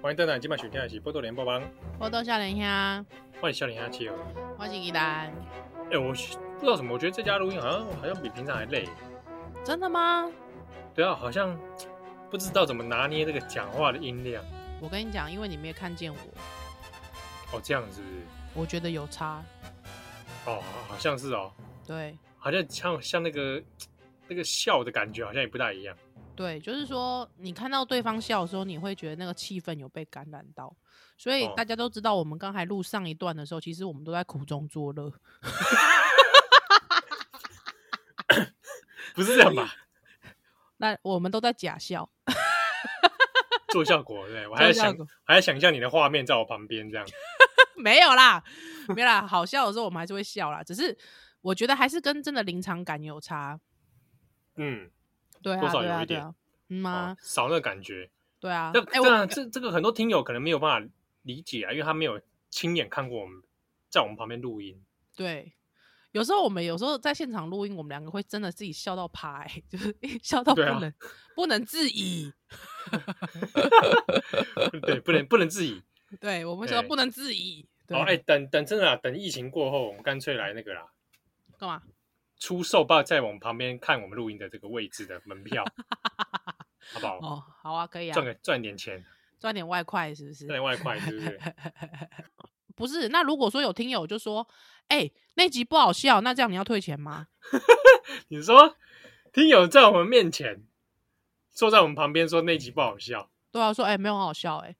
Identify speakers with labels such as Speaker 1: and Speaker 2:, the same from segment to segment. Speaker 1: 欢迎登来，今晚收听的是《波多连播帮》，
Speaker 2: 我到少年兄，
Speaker 1: 欢迎笑脸下七哦。
Speaker 2: 我是宜兰。
Speaker 1: 哎、我不知道什么，我觉得这家录音好像好像比平常还累。
Speaker 2: 真的吗？
Speaker 1: 对啊，好像不知道怎么拿捏这个讲话的音量。
Speaker 2: 我跟你讲，因为你没有看见我，
Speaker 1: 哦，这样是不是？
Speaker 2: 我觉得有差。
Speaker 1: 哦，好好像是哦，
Speaker 2: 对
Speaker 1: 好像像像那个那个笑的感觉好像也不大一样。
Speaker 2: 对，就是说你看到对方笑的时候，你会觉得那个气氛有被感染到。所以
Speaker 1: 哦
Speaker 2: 大家都知道，我们刚才录上一段的时候，其实我们都在苦中作乐。
Speaker 1: 不是这样 吧？
Speaker 2: 那我们都在假笑，
Speaker 1: 做效果对不对，我还在
Speaker 2: 做效
Speaker 1: 想
Speaker 2: 果
Speaker 1: 还在想象你的画面在我旁边这样。
Speaker 2: 没有啦，没有啦。好笑的时候我们还是会笑啦，只是我觉得还是跟真的临场感有差。
Speaker 1: 嗯，
Speaker 2: 对
Speaker 1: 多
Speaker 2: 啊，
Speaker 1: 少
Speaker 2: 对
Speaker 1: 有
Speaker 2: 啊，
Speaker 1: 一
Speaker 2: 对
Speaker 1: 点
Speaker 2: 啊，嗯
Speaker 1: 哦
Speaker 2: 吗？、
Speaker 1: 少那个感觉。
Speaker 2: 对啊。
Speaker 1: 那
Speaker 2: 哎，
Speaker 1: 这
Speaker 2: 我
Speaker 1: 样这这个很多听友可能没有办法理解啊，因为他没有亲眼看过我们在我们旁边录音。
Speaker 2: 对，有时候我们有时候在现场录音，我们两个会真的自己笑到趴、欸， 就是笑到不
Speaker 1: 对啊
Speaker 2: 能、不能自已。
Speaker 1: 对，不能不能自己。
Speaker 2: 对，我们说
Speaker 1: 对
Speaker 2: 不能自已。对，
Speaker 1: 哦，哎、等等，真的啊，等疫情过后，我们干脆来那个啦，
Speaker 2: 干嘛？
Speaker 1: 出售报在我们旁边看我们录音的这个位置的门 票，好不好？
Speaker 2: 哦，好啊，可以啊
Speaker 1: 赚，个赚点钱，
Speaker 2: 赚点外快是不
Speaker 1: 赚点
Speaker 2: 是？
Speaker 1: 外快，对不对？
Speaker 2: 不是，那如果说有听友就说，哎、那集不好笑，那这样你要退钱吗？
Speaker 1: 你说听友在我们面前坐在我们旁边说那集不好笑，
Speaker 2: 对啊，说哎、没有很好笑、欸，哎，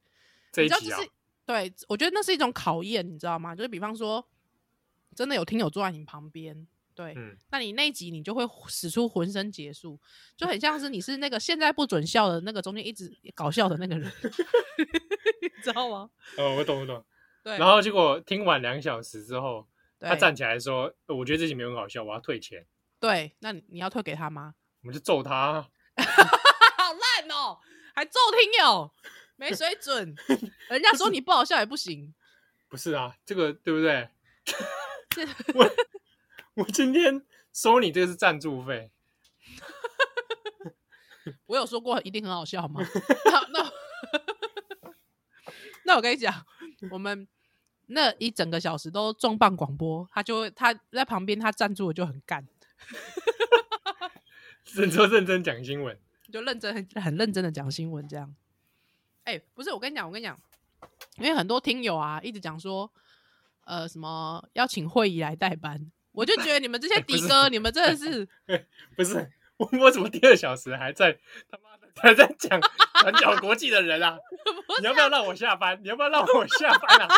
Speaker 1: 这一
Speaker 2: 你知道
Speaker 1: 集
Speaker 2: 就
Speaker 1: 啊
Speaker 2: 是，对我觉得那是一种考验，你知道吗？就是比方说，真的有听友坐在你旁边，对，
Speaker 1: 嗯，
Speaker 2: 那你那一集你就会使出浑身解数，就很像是你是那个现在不准笑的那个中间一直搞笑的那个人， 你知道吗？
Speaker 1: 哦，我懂我懂。
Speaker 2: 对，
Speaker 1: 然后结果听完两小时之后，他
Speaker 2: 对
Speaker 1: 站起来说：“呃我觉得这集没有很好笑，我要退钱。
Speaker 2: 对，那你你要退给他吗？”
Speaker 1: 我们就揍他， 啊
Speaker 2: 好烂哦、还揍听友，没水 准，人家说你不好笑也不 行，
Speaker 1: 不是啊，这个对不对？ 我我今天收你这个是赞助费，
Speaker 2: 我有说过一定很好笑吗？ 那那 那我跟你讲，我们那一整个小时都重磅广播，他就会他在旁边他站住我就很干。
Speaker 1: 认真认真讲新闻，
Speaker 2: 就认真很很认真的讲新闻这样。哎、不是，我跟你讲，我跟你讲，因为很多听友啊一直讲说，呃，什么要请会议来代班，我就觉得你们这些
Speaker 1: 哎不是
Speaker 2: 迪哥，你们真 的是
Speaker 1: 不是我我怎么第二小时还在他妈的还在讲转角国际的人 啊？你要不要让我下班？你要不要让我下班啊？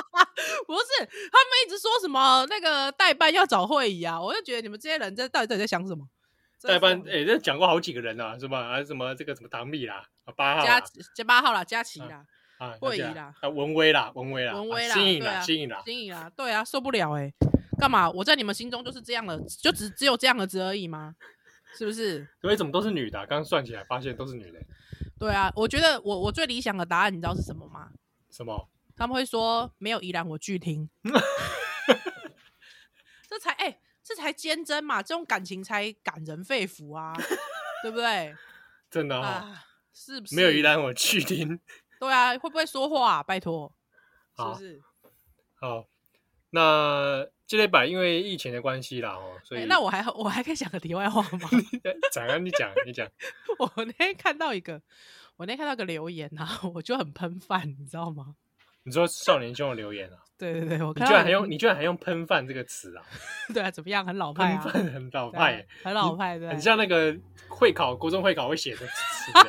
Speaker 2: 不是他们一直说什么那个代班要找会议啊，我就觉得你们这些人在到底在想什么？真的
Speaker 1: 代
Speaker 2: 是
Speaker 1: 班
Speaker 2: 很
Speaker 1: 哎，这讲过好几个人啊，是吧？啊，什么这个什么唐蜜啦，啊八号
Speaker 2: 佳
Speaker 1: 啦
Speaker 2: 加八号啦，佳琪啦，
Speaker 1: 啊，
Speaker 2: 慧仪
Speaker 1: 那个
Speaker 2: 啦
Speaker 1: 啊文威啦，文威啦，
Speaker 2: 文威
Speaker 1: 啊
Speaker 2: 啦
Speaker 1: 新颖
Speaker 2: 对
Speaker 1: 啦，
Speaker 2: 啊
Speaker 1: 新颖啦，
Speaker 2: 金怡啦，对啊，受不了哎、干嘛？我在你们心中就是这样了，就只只有这样了子而已吗？是不是？
Speaker 1: 所以怎么都是女的啊？刚刚算起来发现都是女的，
Speaker 2: 对啊，我觉得我我最理想的答案，你知道是什么吗？
Speaker 1: 什么？
Speaker 2: 他们会说没有宜兰我拒听， 这才哎、这才坚贞嘛，这种感情才感人肺腑啊，对不对？
Speaker 1: 真的啊，
Speaker 2: 啊，是不是
Speaker 1: 没有宜？兰我去听。
Speaker 2: 对啊，会不会说话、拜托，是
Speaker 1: 好
Speaker 2: 不是？
Speaker 1: 好，那这礼拜因为疫情的关系啦，哦，所
Speaker 2: 哎、
Speaker 1: 以、
Speaker 2: 那我还我还可以讲个题外话吗？
Speaker 1: 讲啊，你讲，你讲，
Speaker 2: 我那天看到一个，我那天看到一个留言啊， 我就很喷饭，你知道吗？
Speaker 1: 你说少年兄的留言啊，
Speaker 2: 对对对，啊我
Speaker 1: 你
Speaker 2: 看
Speaker 1: 居
Speaker 2: 到
Speaker 1: 然还用你居然还用“喷饭”这个词啊，
Speaker 2: 对啊，怎么样？很老
Speaker 1: 喷
Speaker 2: 派啊，
Speaker 1: 饭很老
Speaker 2: 对啊
Speaker 1: 派耶，
Speaker 2: 很老派，对，
Speaker 1: 很像那个会考国中会考会写的 词耶。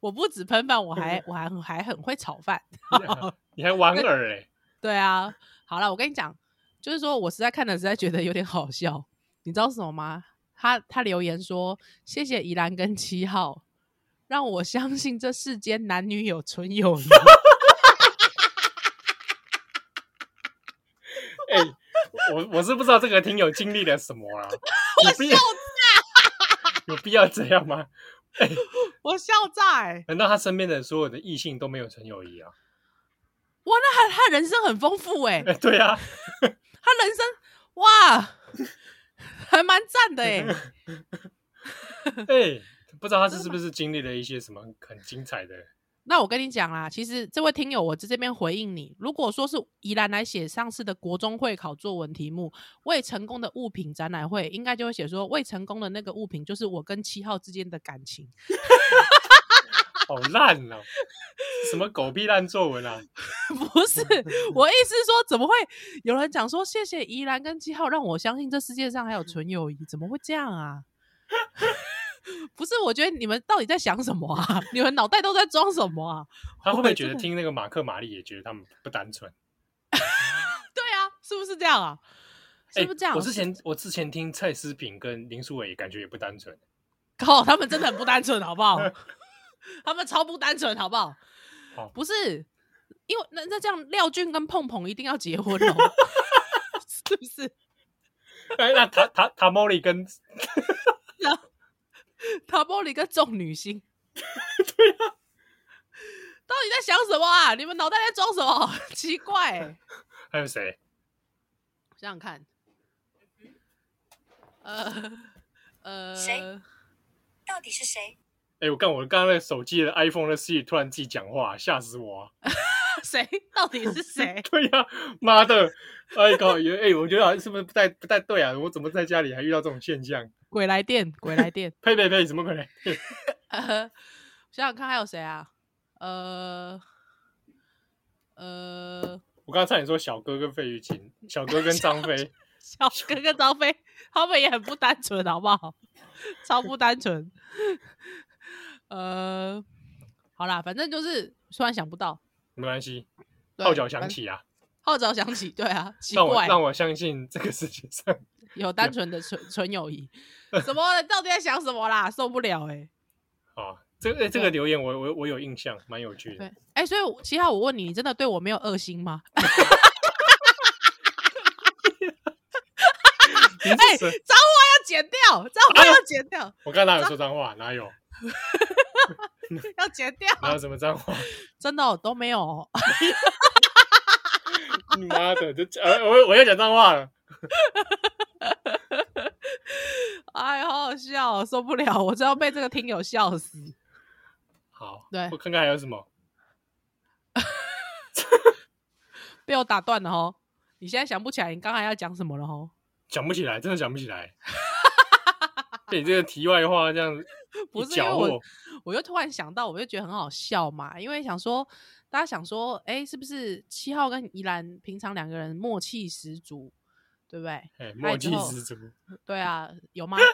Speaker 2: 我不止喷饭，我还我还很还很会炒饭。
Speaker 1: 你还莞尔哎，
Speaker 2: 对啊，好了，我跟你讲，就是说我实在看了，实在觉得有点好笑。你知道是什么吗？他他留言说：“谢谢宜兰跟七号，让我相信这世间男女有纯友谊。
Speaker 1: 哎、我我是不知道这个听友经历了什 么啦，啊有必要有必要这样吗？”
Speaker 2: 我笑炸、欸！
Speaker 1: 难道他身边的所有的异性都没有纯友谊啊？
Speaker 2: 哇，那他他人生很丰富哎、
Speaker 1: 哎、对啊，
Speaker 2: 他人生哇 还蛮赞的哎、
Speaker 1: 哎、不知道他是是不是经历了一些什么很精彩的
Speaker 2: 那我跟你讲啦，其实这位听友，我在这边回应你。如果说是宜兰来写上次的国中会考作文题目，未成功的物品展览会，应该就会写说未成功的那个物品就是我跟七号之间的感情。
Speaker 1: 好烂哦、什么狗屁烂作文啊！
Speaker 2: 不是，我意思是说，怎么会有人讲说谢谢宜兰跟七号，让我相信这世界上还有纯友谊？怎么会这样啊？ 不是，我觉得你们到底在想什么啊？ 你们脑袋都在装什么啊？
Speaker 1: 他会不
Speaker 2: 我
Speaker 1: 会觉
Speaker 2: 真
Speaker 1: 得
Speaker 2: 的
Speaker 1: 听那个马克玛丽也觉得他们不单纯？
Speaker 2: 对啊，是不是这样啊？是
Speaker 1: 哎
Speaker 2: 不是这样？啊
Speaker 1: 我之前我之前听蔡思平跟林书伟感觉也不单 纯。
Speaker 2: 靠，他们真的很不单纯，好不好？他们超不单纯，好不好？
Speaker 1: 好
Speaker 2: 不是，因为那那这样，廖俊跟碰碰一定要结婚哦，是不是？
Speaker 1: 哎，那塔塔塔莫里跟
Speaker 2: 塔波里跟众女星，对啊，到底在想什么啊？你们脑袋在装什么？ 奇怪欸、
Speaker 1: 还有谁？
Speaker 2: 想想看，呃呃，
Speaker 3: 谁到底是谁？
Speaker 1: 哎，我看我刚刚那个手机的 iPhone 的 Siri 突然自己讲话，吓死我、啊！
Speaker 2: 谁？到底是谁？
Speaker 1: 对呀、妈的！哎靠，有哎，我觉得好像是不是不太不太对啊？我怎么在家里还遇到这种现象？
Speaker 2: 鬼来电，鬼来电。
Speaker 1: 呸呸呸！什么鬼？
Speaker 2: 呃， 想想看还有谁啊？呃呃，
Speaker 1: 我刚刚差点说小哥跟费玉清，小哥跟张飞，
Speaker 2: 小哥跟张飞他们也很不单纯，好不好？ 超不单纯。呃，好啦，反正就是突然想不到，
Speaker 1: 没关系，
Speaker 2: 对
Speaker 1: 号角响
Speaker 2: 反，
Speaker 1: 起啊！
Speaker 2: 号角响起，对啊，奇
Speaker 1: 让我
Speaker 2: 怪，
Speaker 1: 让我相信这个世界上
Speaker 2: 有单纯的纯纯友谊，什么到底在想什么啦？受不了哎、欸，
Speaker 1: 啊，这个、哎这
Speaker 2: 对
Speaker 1: 个留言我我我有印象，蛮有趣
Speaker 2: 对
Speaker 1: 的。，
Speaker 2: 哎、所以我七号，我问你，你真的对我没有恶心吗？
Speaker 1: 啊哎、
Speaker 2: 哎、脏话要剪掉，脏话要剪掉，
Speaker 1: 我刚刚哪有说脏话？哪有？
Speaker 2: 要剪掉。
Speaker 1: 哪有什么脏话？
Speaker 2: 真的、哦、都没有哦、
Speaker 1: 你妈的，就呃，我我要讲脏话了。
Speaker 2: 哎，好好笑、哦，受不了，我真要被这个听友笑死。
Speaker 1: 好，
Speaker 2: 对
Speaker 1: 我看看还有什么。
Speaker 2: 被我打断了哦，你现在想不起来你刚才要讲什么了哦？
Speaker 1: 想不起来，真的想不起来。被你这个题外话这样
Speaker 2: 不
Speaker 1: 一
Speaker 2: 是因为
Speaker 1: 搅
Speaker 2: 我
Speaker 1: 和，
Speaker 2: 我又突然想到，我就觉得很好笑嘛，因为想说大家想说，哎、是不是七号跟宜兰平常两个人默契十足，对不对？
Speaker 1: 哎，
Speaker 2: 哎
Speaker 1: 默
Speaker 2: 之
Speaker 1: 契
Speaker 2: 后
Speaker 1: 十足。
Speaker 2: 对啊，有吗？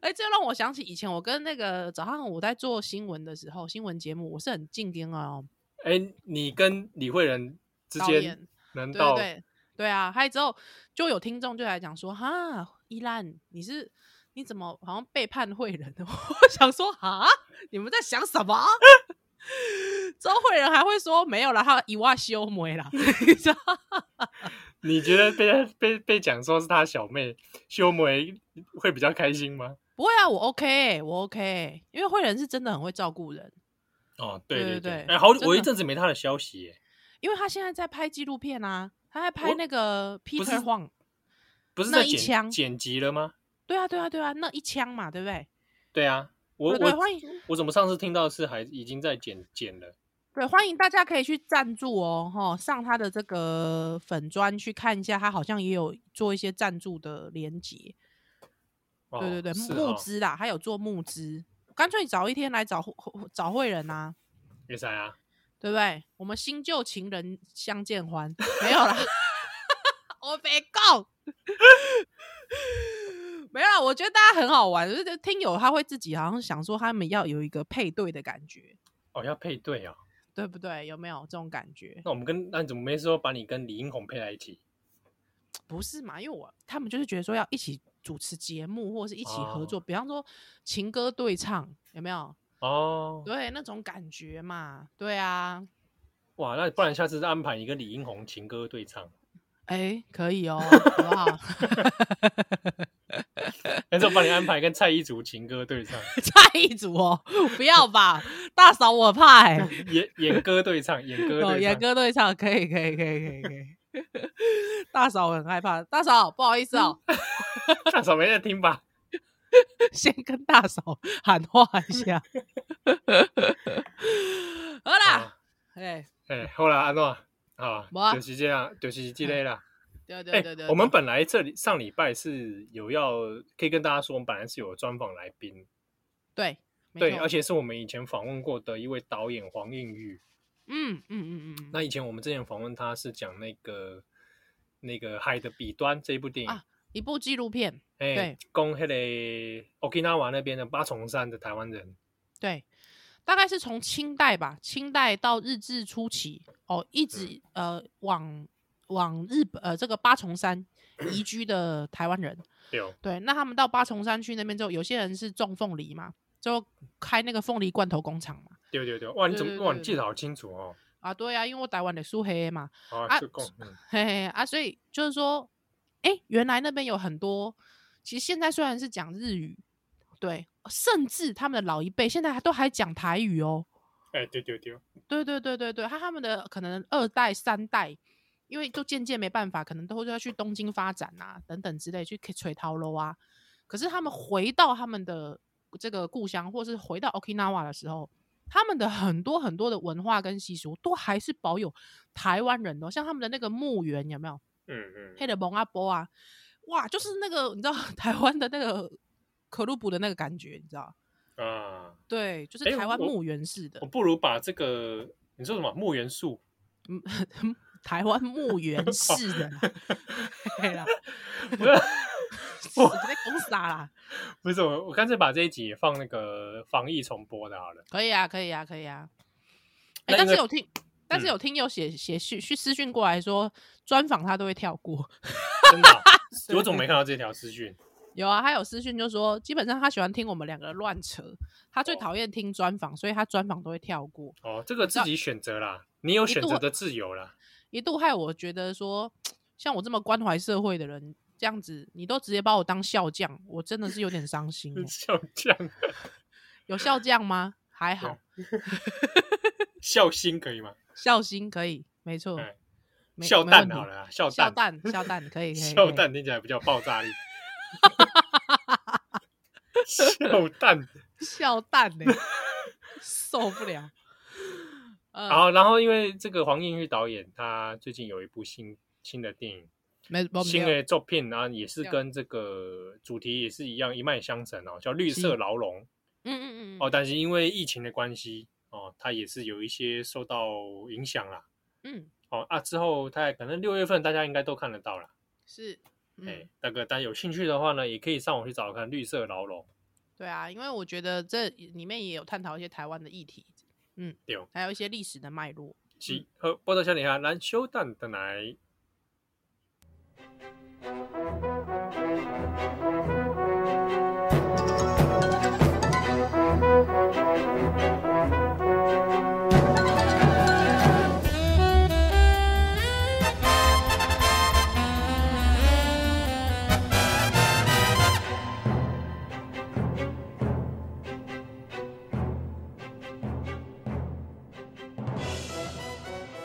Speaker 2: 哎、这让我想起以前我跟那个早上我在做新闻的时候，新闻节目我是很进盯哦，
Speaker 1: 哎，你跟李慧仁之
Speaker 2: 导演
Speaker 1: 间难
Speaker 2: 对对
Speaker 1: 道
Speaker 2: 对对啊！还有之后就有听众就来讲说，哈，依兰你是你怎么好像背叛惠人？ 我想说，哈，你们在想什么？ 周慧仁还会说没有啦，他以外修眉啦， 你知道？
Speaker 1: 你觉得被他被被讲说是他小妹修眉会比较开心吗？
Speaker 2: 不会啊，我 OK，、欸、我 OK，、欸、因为慧仁是真的很会照顾人，
Speaker 1: 哦，对
Speaker 2: 对对
Speaker 1: 对，
Speaker 2: 对
Speaker 1: 哎，好，
Speaker 2: 真的
Speaker 1: 我一阵子没他的消息耶，
Speaker 2: 因为他现在在拍纪录片啊，他在拍
Speaker 1: 我
Speaker 2: 那个
Speaker 1: 哦不是
Speaker 2: Peter Huang，
Speaker 1: 不是
Speaker 2: 那
Speaker 1: 在
Speaker 2: 一枪
Speaker 1: 剪剪辑了吗？
Speaker 2: 对啊，对啊，对啊，那一枪嘛，对不对？
Speaker 1: 对啊，我
Speaker 2: 对对，
Speaker 1: 我
Speaker 2: 欢迎
Speaker 1: 我怎么上次听到是还已经在剪剪了？
Speaker 2: 对，欢迎大家可以去赞助哦，哈，上他的这个粉砖去看一下，他好像也有做一些赞助的连接，
Speaker 1: 哦
Speaker 2: 对对对，
Speaker 1: 是
Speaker 2: 募
Speaker 1: 哦
Speaker 2: 资啦，他有做募资，干脆早一天来找找会人啊，
Speaker 1: 也是啊，
Speaker 2: 对不对？我们新旧情人相见欢，没有啦， 我没够，没有啦。我觉得大家很好玩，就是听友他会自己好像想说他们要有一个配对的感觉，
Speaker 1: 哦要配对啊，
Speaker 2: 对不对？有没有这种感觉？
Speaker 1: 那我们跟那你怎么没说把你跟李英红配在一起？
Speaker 2: 不是嘛？因为我他们就是觉得说要一起主持节目，或者是一起合
Speaker 1: 哦
Speaker 2: 作，比方说情歌对唱，有没有？
Speaker 1: 哦，
Speaker 2: 对，那种感觉嘛，对啊，
Speaker 1: 哇，那不然下次安排你跟李英红情歌对唱，
Speaker 2: 哎、可以哦，好不好？
Speaker 1: 但是我帮你安排跟蔡依竹情歌对唱，
Speaker 2: 蔡一组哦，不要吧，大嫂我怕哎、
Speaker 1: 演演歌对唱，演歌
Speaker 2: 哦，
Speaker 1: 对
Speaker 2: 演
Speaker 1: 唱，
Speaker 2: 歌对唱可以，可以，可以，可以，可以。 大嫂我很害怕，大嫂不好意思哦，
Speaker 1: 大嫂没在听吧？
Speaker 2: 先跟大嫂喊话一下。 好啦，
Speaker 1: 啊
Speaker 2: 哎，
Speaker 1: 哎，后来安诺啊
Speaker 2: 没啊，
Speaker 1: 就是这样，就是这类啦。
Speaker 2: 对对
Speaker 1: 哎
Speaker 2: 对对，，
Speaker 1: 我们本来这里上礼拜是有要可以跟大家说，我们本来是有专访来宾，
Speaker 2: 对没
Speaker 1: 对，
Speaker 2: 错
Speaker 1: 而且是我们以前访问过的一位导演黄映玉。
Speaker 2: 嗯嗯嗯嗯嗯，
Speaker 1: 那以前我们之前访问他是讲那个那个《海的彼端》这一部电影
Speaker 2: 啊，一部纪录片，
Speaker 1: 哎
Speaker 2: 对，
Speaker 1: 讲那个 Okinawa 那边的八重山的台湾人，
Speaker 2: 对，大概是从清代吧，清代到日治初期，哦，一直、呃往往日本呃这个八重山移居的台湾人，
Speaker 1: 对哦，
Speaker 2: 对，那他们到八重山去那边之后，有些人是种凤梨嘛，就开那个凤梨罐头工厂嘛，
Speaker 1: 对对对，哇，你
Speaker 2: 对
Speaker 1: 怎
Speaker 2: 对
Speaker 1: 么
Speaker 2: 对
Speaker 1: 哇，你
Speaker 2: 对
Speaker 1: 记得好清楚哦，
Speaker 2: 啊，对啊，因为我台湾的苏黑嘛，
Speaker 1: 好
Speaker 2: 啊
Speaker 1: 就讲，嗯
Speaker 2: 嘿嘿啊，所以就是说，哎、原来那边有很多，其实现在虽然是讲日语，对，呃甚至他们的老一辈现在还都还讲台语哦。
Speaker 1: 哎，对对对，
Speaker 2: 对对对对对，他他们的可能二代三代，因为就渐渐没办法，可能都会要去东京发展啊，等等之类，去垂陶楼啊。可是他们回到他们的这个故乡，或是回到 Okinawa 的时候，他们的很多很多的文化跟习俗都还是保有台湾人的哦，像他们的那个墓园有没有？
Speaker 1: 嗯
Speaker 2: 黑
Speaker 1: 嗯，
Speaker 2: 的蒙阿波啊，哇，就是那个你知道 台湾的那个可鲁布的那个感觉，你知道？
Speaker 1: 啊，
Speaker 2: 对，就是
Speaker 1: 哎
Speaker 2: 台湾
Speaker 1: 我
Speaker 2: 墓园式的
Speaker 1: 我，不如把这个你说什么木元 素，
Speaker 2: 嗯台湾 墓园式的啦，对啦，
Speaker 1: 不是
Speaker 2: 我直接攻傻啦，
Speaker 1: 不是我，我干脆把这一集也放那个防疫重播的好了。
Speaker 2: 可以啊，可以啊，可以啊。哎、
Speaker 1: 那
Speaker 2: 但
Speaker 1: 因
Speaker 2: 是
Speaker 1: 为
Speaker 2: 有听，但是
Speaker 1: 嗯
Speaker 2: 有听友写写讯去私讯过来说，专访他都会跳过。
Speaker 1: 真的啊、我怎么没看到这条资讯？
Speaker 2: 有啊，他有私讯就说，基本上他喜欢听我们两个乱扯，他最
Speaker 1: 哦
Speaker 2: 讨厌听专访，所以他专访都会跳过。
Speaker 1: 哦，这个自己选择啦，你有选
Speaker 2: 一度
Speaker 1: 择的自由啦。
Speaker 2: 一度害我觉得说，像我这么关怀社会的人，这样子你都直接把我当笑匠，我真的是有点伤心 欸、
Speaker 1: 笑匠、
Speaker 2: 有笑匠吗？还好，
Speaker 1: 笑心可以吗？
Speaker 2: 孝心可以，没错
Speaker 1: 哎，
Speaker 2: 没
Speaker 1: 笑
Speaker 2: 没
Speaker 1: 蛋
Speaker 2: 问
Speaker 1: 好
Speaker 2: 题
Speaker 1: 了啦，笑
Speaker 2: 笑
Speaker 1: 蛋，
Speaker 2: 蛋，笑蛋 可以，可以
Speaker 1: 笑，
Speaker 2: 可以
Speaker 1: 蛋听起来比较爆炸力。 笑蛋，
Speaker 2: 笑蛋 呢、受不了。呃，
Speaker 1: 然后然后因为这个黄映玉导演，他最近有一部新新的电影，
Speaker 2: 没没
Speaker 1: 新
Speaker 2: 没有
Speaker 1: 的作品，然后也是
Speaker 2: 对
Speaker 1: 跟这个主题也是一样一脉相承哦，叫《绿色
Speaker 2: 是
Speaker 1: 牢笼》。
Speaker 2: 嗯嗯嗯，
Speaker 1: 哦，但是因为疫情的关系，哦，它也是有一些受到影响啦。
Speaker 2: 嗯
Speaker 1: 哦啊，之后它可能六月份大家应该都看得到啦。
Speaker 2: 是，嗯。
Speaker 1: 哎、那个大家有兴趣的话呢，也可以上网去找看《绿色牢笼》。
Speaker 2: 对啊，因为我觉得这里面也有探讨一些台湾的议题，嗯，
Speaker 1: 对哦
Speaker 2: 还有一些历史的脉络。
Speaker 1: 是，好，波多小李哈，咱小等等来。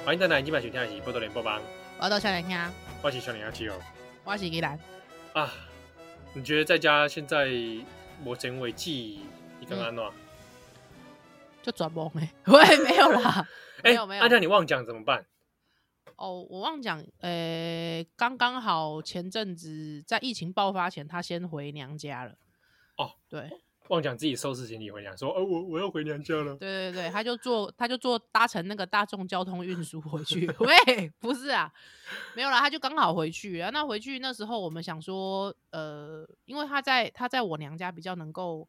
Speaker 1: 欢迎回来，今晚收听的是《波多连播帮》，
Speaker 2: 我到小点听，啊
Speaker 1: 我是小李阿七哦。
Speaker 2: 我是依兰。
Speaker 1: 啊，你觉得在家现在目前为止，你刚刚
Speaker 2: 嗯
Speaker 1: 安怎？
Speaker 2: 就转懵哎， 喂，没有啦。
Speaker 1: 哎、
Speaker 2: 没有没有
Speaker 1: 按照你忘讲怎么办？
Speaker 2: 哦，我忘讲，呃，刚刚好前阵子在疫情爆发前，他先回娘家了。
Speaker 1: 哦，
Speaker 2: 对
Speaker 1: 忘讲自己收拾行李回娘，说，哦、我我要回娘家了。
Speaker 2: 对对对，他就坐他就坐搭乘那个大众交通运输回去。 喂，不是啊，没有啦，他就刚好回去啊。那回去那时候我们想说，呃，因为他在他在我娘家比较能够。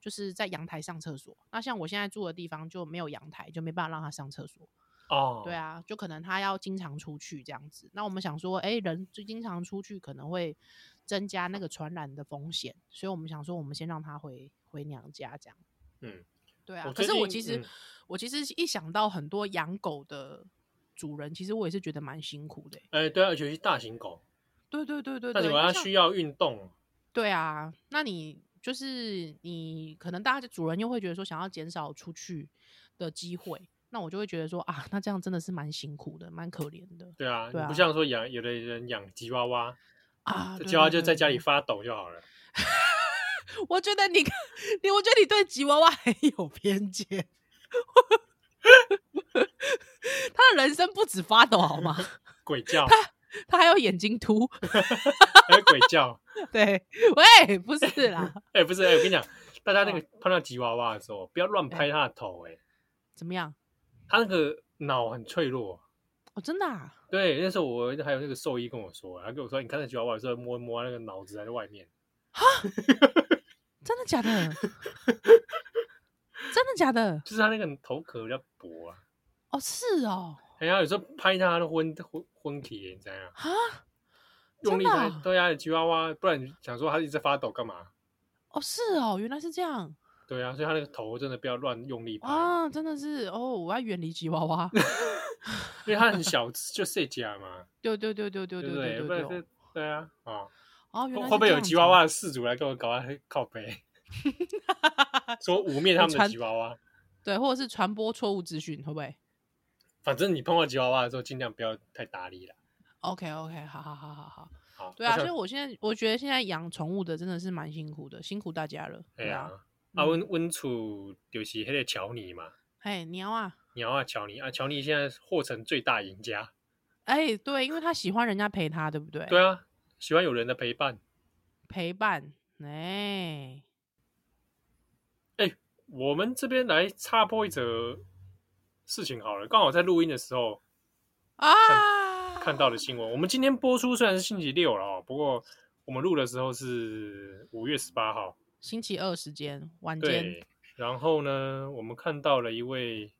Speaker 2: 就是在阳台上厕所，那像我现在住的地方就没有阳台，就没办法让他上厕所。
Speaker 1: 哦，
Speaker 2: 对啊，就可能他要经常出去这样子。那我们想说，哎、人就经常出去可能会增加那个传染的风险，所以我们想说，我们先让他回回娘家这样。
Speaker 1: 嗯，
Speaker 2: 对啊。
Speaker 1: 我
Speaker 2: 可
Speaker 1: 最
Speaker 2: 是我
Speaker 1: 近
Speaker 2: 其实、
Speaker 1: 嗯
Speaker 2: 我其实一想到很多养狗的主人，其实我也是觉得蛮辛苦的欸、
Speaker 1: 哎、对啊，尤其是大型狗，
Speaker 2: 对对对对
Speaker 1: 但
Speaker 2: 对，
Speaker 1: 是
Speaker 2: 就
Speaker 1: 它
Speaker 2: 像
Speaker 1: 需要运动，
Speaker 2: 对啊，那你就是你，可能大家就主人又会觉得说想要减少出去的机会，那我就会觉得说啊，那这样真的是蛮辛苦的，蛮可怜的
Speaker 1: 对啊，
Speaker 2: 对
Speaker 1: 你
Speaker 2: 啊
Speaker 1: 不像说养有的人养吉娃娃，
Speaker 2: 啊。对
Speaker 1: 吉娃娃
Speaker 2: 对
Speaker 1: 就在
Speaker 2: 对
Speaker 1: 家里
Speaker 2: 对
Speaker 1: 发抖就好了。
Speaker 2: 我觉得你跟，你我觉得你对吉娃娃很有偏见。 他的人生不止发抖好吗？
Speaker 1: 鬼叫，
Speaker 2: 他还有眼睛凸。
Speaker 1: 还有鬼叫。
Speaker 2: 对，喂，不是啦，
Speaker 1: 哎、不是，哎、我跟你 讲，大家那
Speaker 2: 哦
Speaker 1: 个碰到吉娃娃的时候，不要乱拍它的头、哎，
Speaker 2: 怎么样？
Speaker 1: 它那个脑很脆弱。
Speaker 2: 哦，真的、啊，
Speaker 1: 对，那时候我还有那个兽医跟我说，他跟我说，你看那吉娃娃有时候摸一摸，那个脑子还在外面。
Speaker 2: 真的假的？真的假的？
Speaker 1: 就是它那个头壳比较薄啊，
Speaker 2: 哦，是哦，
Speaker 1: 哎呀，有时候拍它都昏昏昏体，你知道吗？
Speaker 2: 啊，
Speaker 1: 用
Speaker 2: 真
Speaker 1: 力
Speaker 2: 的
Speaker 1: 拍
Speaker 2: 啊，
Speaker 1: 对啊，吉娃娃，不然你想说它一直在发抖干嘛？
Speaker 2: 哦，是哦，原来是这样
Speaker 1: 对啊，所以它那个头真的不要乱用力拍，
Speaker 2: 啊，真的是哦，我要远离吉娃娃。
Speaker 1: 因为它很小，就睡家嘛，
Speaker 2: 对对对对对
Speaker 1: 对
Speaker 2: 对
Speaker 1: 不对？
Speaker 2: 对
Speaker 1: 不然
Speaker 2: 对
Speaker 1: 是
Speaker 2: 对，
Speaker 1: 对啊，啊，
Speaker 2: 哦，
Speaker 1: 会
Speaker 2: 原来
Speaker 1: 会
Speaker 2: 是
Speaker 1: 不会
Speaker 2: 这
Speaker 1: 有
Speaker 2: 样
Speaker 1: 吉
Speaker 2: 子
Speaker 1: 娃娃？的饲主来跟我搞啊靠背， 说污蔑他们的
Speaker 2: 传
Speaker 1: 吉娃娃？
Speaker 2: 对，或者是传播错误资讯，会不会
Speaker 1: 反正你碰到吉娃娃的时候，尽量不要太搭理了。
Speaker 2: ？OK OK，好好好好好，
Speaker 1: 哦好，
Speaker 2: 对啊，
Speaker 1: 我
Speaker 2: 所
Speaker 1: 想
Speaker 2: 以我现在我觉得现在养宠物的真的是蛮辛苦的，辛苦大家了。
Speaker 1: 哎
Speaker 2: 对
Speaker 1: 呀，
Speaker 2: 啊，
Speaker 1: 啊，温温楚就是迄个乔尼嘛，
Speaker 2: 哎，鸟啊，
Speaker 1: 鸟啊乔尼啊，乔尼现在获成最大赢家。
Speaker 2: 哎，对，因为他喜欢人家陪他，对不对？
Speaker 1: 对啊，喜欢有人的陪伴。
Speaker 2: 陪伴，哎，
Speaker 1: 我们这边来插播一则事情好了，刚好在录音的时候
Speaker 2: 啊，
Speaker 1: 看到的新闻。我 们今天播出虽然是星期六了哦，不过我们录的时候是五月十八号。
Speaker 2: 星期二时间晚间，
Speaker 1: 对，然后呢，我们看到了一位，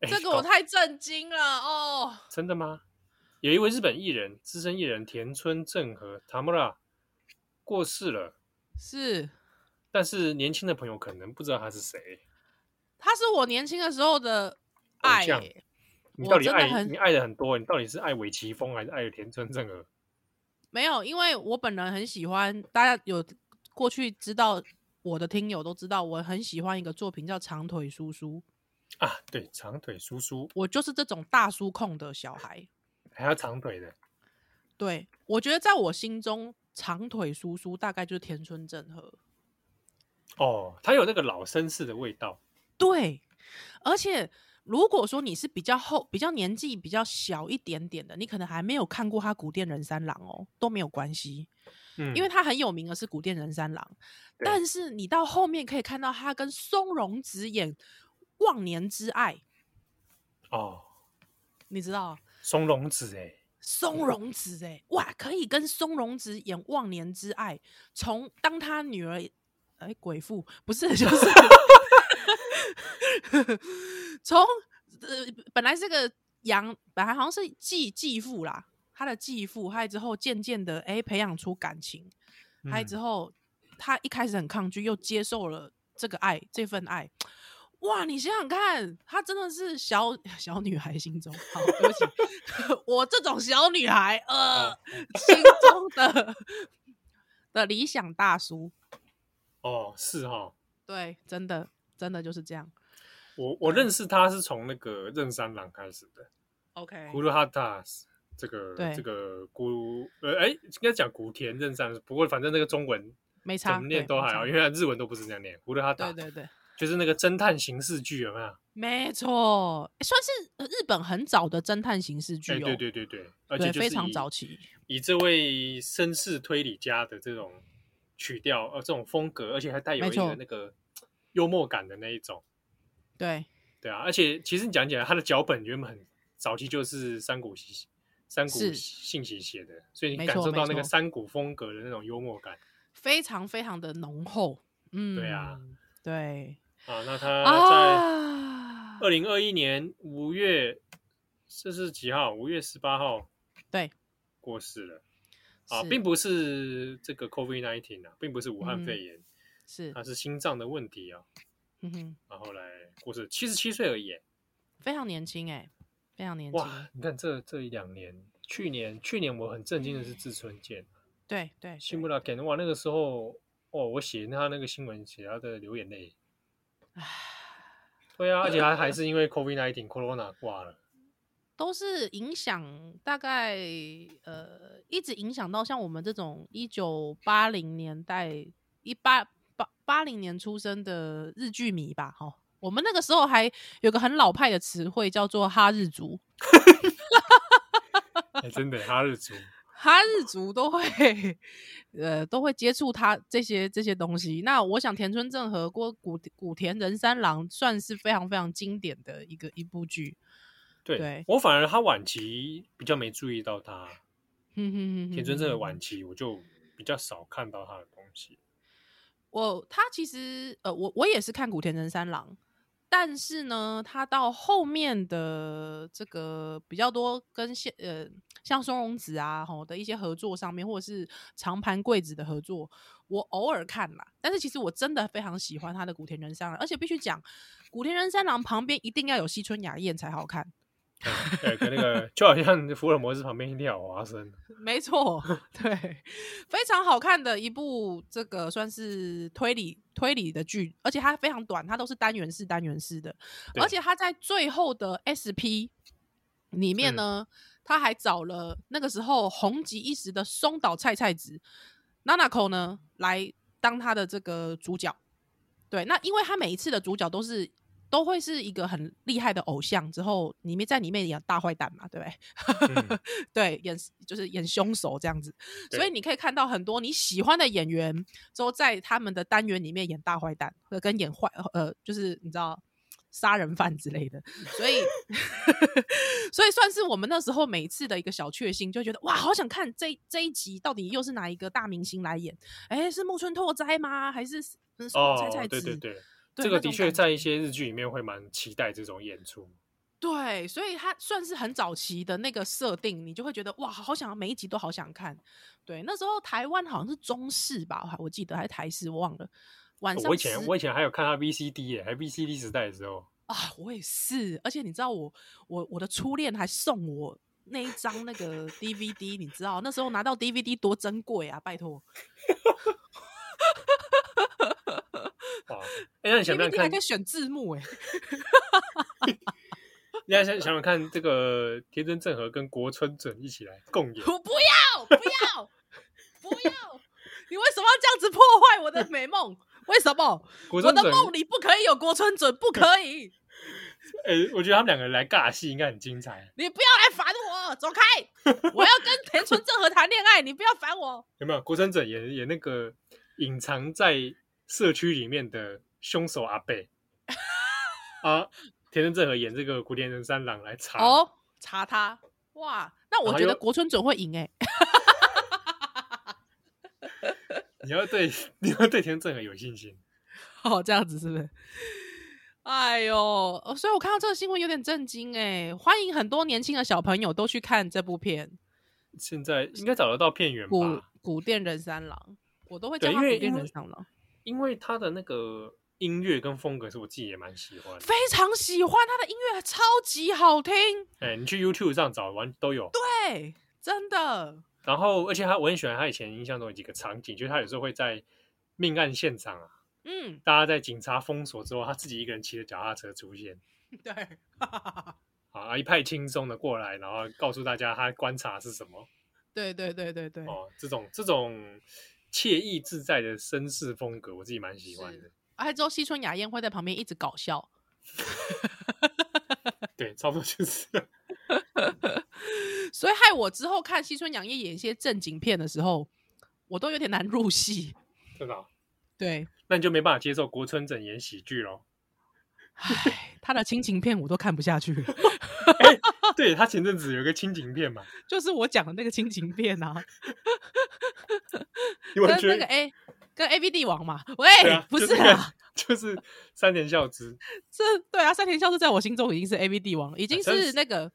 Speaker 1: 哎
Speaker 2: 这个
Speaker 1: 搞
Speaker 2: 我太震惊了哦！
Speaker 1: 真的吗？有一位日本艺人，资深艺人田村正和 （Tamura） 过世了，
Speaker 2: 是，
Speaker 1: 但是年轻的朋友可能不知道他是谁。
Speaker 2: 他是我年轻的时候的爱
Speaker 1: 像
Speaker 2: 耶，
Speaker 1: 你
Speaker 2: 我
Speaker 1: 到底
Speaker 2: 真的
Speaker 1: 爱
Speaker 2: 很
Speaker 1: 你爱的很多，你到底是爱尾崎峰还是爱田村正和？
Speaker 2: 没有，因为我本人很喜欢，大家有过去知道我的听友都知道，我很喜欢一个作品叫《长腿叔叔》，
Speaker 1: 啊，对，长腿叔叔，
Speaker 2: 我就是这种大叔控的小孩。
Speaker 1: 还要长腿的，
Speaker 2: 对我觉得，在我心中，长腿叔叔大概就是田村正和。
Speaker 1: 哦，他有那个老绅士的味道，
Speaker 2: 对，而且如果说你是比较后、比较年纪比较小一点点的，你可能还没有看过他《古殿人三郎》哦，都没有关系，
Speaker 1: 嗯，
Speaker 2: 因为他很有名的是《古殿人三郎》，
Speaker 1: 对
Speaker 2: 但是你到后面可以看到他跟松隆子演《忘年之爱》，
Speaker 1: 哦，
Speaker 2: 你知道
Speaker 1: 松隆子哎，
Speaker 2: 松隆子哎、哇，可以跟松隆子演《忘年之爱》，从当他女儿哎、鬼父不是 就是从呃本来是个养，本来好像是继继父啦，他的继父，还之后渐渐的哎、培养出感情，还
Speaker 1: 嗯
Speaker 2: 之后他一开始很抗拒，又接受了这个爱这份爱。哇，你想想看，她真的是小 小女孩心中，好，对不起， 我这种小女孩，呃，
Speaker 1: 哦
Speaker 2: 心中的 的理想大叔，
Speaker 1: 哦，是哈、
Speaker 2: 对，真的真的就是这样。
Speaker 1: 我我
Speaker 2: 嗯
Speaker 1: 认识他是从那个任三郎开始的，
Speaker 2: OK，
Speaker 1: 葫芦哈达斯这个
Speaker 2: 对
Speaker 1: 这个古呃哎，应该讲古田任三，不过反正那个中文
Speaker 2: 没
Speaker 1: 怎
Speaker 2: 差，
Speaker 1: 么念
Speaker 2: 对
Speaker 1: 都
Speaker 2: 没
Speaker 1: 还
Speaker 2: 差
Speaker 1: 好，因为它日文都不是这样念，葫芦哈达
Speaker 2: 对对对，
Speaker 1: 就是那个侦探刑事剧有没有？
Speaker 2: 没错，诶算是呃日本很早的侦探刑事剧
Speaker 1: 哎，
Speaker 2: 哦，
Speaker 1: 对对对对，而且就
Speaker 2: 对
Speaker 1: 是
Speaker 2: 非常
Speaker 1: 以
Speaker 2: 早期，
Speaker 1: 以这位绅士推理家的这种曲调，呃，这种风格，而且还带有
Speaker 2: 没
Speaker 1: 一个
Speaker 2: 错
Speaker 1: 那个幽默感的那一种，
Speaker 2: 对，
Speaker 1: 对啊，而且其实你讲起来，他的脚本原本很早期就是山谷西山谷
Speaker 2: 是
Speaker 1: 信息写的，所以你
Speaker 2: 没
Speaker 1: 感
Speaker 2: 错
Speaker 1: 受到
Speaker 2: 没
Speaker 1: 那个
Speaker 2: 错
Speaker 1: 山谷风格的那种幽默感
Speaker 2: 非常非常的浓厚，嗯，
Speaker 1: 对啊，
Speaker 2: 对
Speaker 1: 啊。那他
Speaker 2: 啊
Speaker 1: 在，二零二一年五月，这是几号？五月十八号
Speaker 2: 对
Speaker 1: 过世了啊，
Speaker 2: 是
Speaker 1: 并不是这个 COVID nineteen 啊，并不是武汉
Speaker 2: 嗯
Speaker 1: 肺炎，
Speaker 2: 是
Speaker 1: 它，是心脏的问题啊。
Speaker 2: 嗯哼，
Speaker 1: 然后来过世，七十七岁而已耶。
Speaker 2: 非常年轻哎，非常年轻
Speaker 1: 哇，，你看这这一两年，去年去年我很震惊的是志村健、
Speaker 2: 对对，
Speaker 1: 辛
Speaker 2: 对
Speaker 1: 布拉肯，哇，那个时候哦，我写他那个新闻，写他的流眼泪。
Speaker 2: 唉
Speaker 1: 对啊，而且 他还是因为 COVID nineteen corona 挂了。
Speaker 2: 都是影响，大概呃，一直影响到像我们这种一九八零年代、一八八八零年出生的日剧迷吧，哈、我们那个时候还有个很老派的词汇叫做哈日族，
Speaker 1: 哎真的哈日族，
Speaker 2: 哈日族都会呃都会接触他这些这些东西。那我想田村正和、郭古古田仁三郎算是非常非常经典的一个一部剧，
Speaker 1: 对
Speaker 2: 对
Speaker 1: 我反而他晚期比较没注意到他，
Speaker 2: 嗯哼哼哼
Speaker 1: 田真正的晚
Speaker 2: 期。
Speaker 1: 期我就比较少看到他的东西。
Speaker 2: 我他其实呃，我我也是看古田真三郎，但是呢，他到后面的这个比较多跟现呃像松隆子啊吼的一些合作上面，或者是长盘贵子的合作，我偶尔看啦。但是其实我真的非常喜欢他的古田真三郎，而且必须讲，古田真三郎旁边一定要有西村雅彦才好看。
Speaker 1: 嗯对，跟那个就好像福尔摩斯旁边一定要有华生，
Speaker 2: 没错， 对，非常好看的一部这个算是推理推理的剧，而且它非常短，它都是单元式单元式的，
Speaker 1: 对
Speaker 2: 而且它在最后的 SP 里面
Speaker 1: 嗯
Speaker 2: 呢，他还找了那个时候红极一时的松岛菜菜子 Nanako 呢来当他的这个主角。对，那因为他每一次的主角都是都会是一个很厉害的偶像，之后里面在里面演大坏蛋嘛，对不对？
Speaker 1: 嗯
Speaker 2: 对，演就是演凶手这样子，
Speaker 1: 对
Speaker 2: 所以你可以看到很多你喜欢的演员，之后在他们的单元里面演大坏蛋，或者跟演坏呃，就是你知道杀人犯之类的，所以 所以算是我们那时候每一次的一个小确幸，就觉得哇，好想看这这一集到底又是哪一个大明星来演？哎，是木村拓哉吗？还是嗯
Speaker 1: 哦
Speaker 2: 菜菜，
Speaker 1: 对对
Speaker 2: 子
Speaker 1: 对，
Speaker 2: 对
Speaker 1: 这
Speaker 2: 那
Speaker 1: 个的
Speaker 2: 种
Speaker 1: 确
Speaker 2: 感
Speaker 1: 在
Speaker 2: 觉
Speaker 1: 一些日剧里面会蛮期待这种演出。
Speaker 2: 对，所以它算是很早期的那个设定，你就会觉得哇，好想要每一集都好想看。对，那时候台湾好像是中视吧，我还我记得还是台视，我忘了。晚上
Speaker 1: 哦我以前
Speaker 2: 10
Speaker 1: 我以前还有看他 VCD 耶，还 VCD 时代的时候，
Speaker 2: 啊，我也是，而且你知道我我我的初恋还送我那一张那个 DVD，你知道那时候拿到 DVD 多珍贵啊，拜托
Speaker 1: 哇！ 哎，那你想不想
Speaker 2: ，DVD 还
Speaker 1: 看
Speaker 2: 可以？选字幕哎、
Speaker 1: 你还想想想看这个田真正和跟国村准一起来共 演？
Speaker 2: 我不要，不要，不要！你为什么要这样子破坏我的美梦？为什 么？
Speaker 1: 国
Speaker 2: 我
Speaker 1: 村
Speaker 2: 的
Speaker 1: 准，
Speaker 2: 梦里不可以有国村准，不可以！
Speaker 1: 哎，我觉得他们两个人来尬戏应该很精彩，
Speaker 2: 你不要来烦我， 走开！我要跟田村正和谈恋爱，你不要 烦我。
Speaker 1: 有没有？国村准演演那个隐藏在社区里面的凶手阿 贝啊，田真正和演这个古田仁三郎来查
Speaker 2: 哦，查他，哇！那我
Speaker 1: 哎
Speaker 2: 觉得
Speaker 1: 呦
Speaker 2: 国村准会赢哎、
Speaker 1: 你要对 你要对田正和有信心。
Speaker 2: 哦，这样子是不是？哎呦，呃所以我看到这个新闻有点震惊哎、欢迎很多年轻的小朋友都去看这部片《
Speaker 1: 现在应该找得到片源
Speaker 2: 古
Speaker 1: 吧？
Speaker 2: 古殿人三郎》，我都会
Speaker 1: 对，
Speaker 2: 叫
Speaker 1: 因
Speaker 2: 他古
Speaker 1: 为
Speaker 2: 殿
Speaker 1: 因
Speaker 2: 人
Speaker 1: 为
Speaker 2: 三郎。
Speaker 1: 因为他的那个音乐跟风格是我自己也蛮喜欢的。
Speaker 2: 非常喜欢他的音乐，超级好听，
Speaker 1: 哎，你去 YouTube 上找完都有。
Speaker 2: 对，真的，
Speaker 1: 然后，而且他我很喜欢他以前印象中有几个场景，就是他有时候会在命案现场啊，
Speaker 2: 嗯，
Speaker 1: 大家在警察封锁之后，他自己一个人骑着脚踏车出现
Speaker 2: 对，
Speaker 1: 啊，一派轻松的过来，然后告诉大家他观察是什么
Speaker 2: 对对对对对，
Speaker 1: 哦，这种这种惬意自在的绅士风格，我自己蛮喜欢的
Speaker 2: 是。而且之后西村雅彦会在旁边一直搞笑，
Speaker 1: 对，差不多就是这样。
Speaker 2: 所以害我之后看西村雅彦演一些正经片的时候，我都有点难入戏。
Speaker 1: 真的哦、
Speaker 2: 对，
Speaker 1: 那你就没办法接受国村整演喜剧喽。
Speaker 2: 唉，他的亲情片我都看不下去了， 哦
Speaker 1: 对他前阵子有一个亲情片嘛，
Speaker 2: 就是我讲的那个亲情片啊，
Speaker 1: 因
Speaker 2: 跟
Speaker 1: 为我觉
Speaker 2: 那个
Speaker 1: 得
Speaker 2: A 跟 A V 帝王嘛，喂，
Speaker 1: 对啊，
Speaker 2: 不
Speaker 1: 就是那
Speaker 2: 啊，
Speaker 1: 个就是三田孝之，
Speaker 2: 这对啊，山田孝之在我心中已经是 A V 帝王了，已经
Speaker 1: 真
Speaker 2: 是
Speaker 1: 是
Speaker 2: 那个
Speaker 1: 啊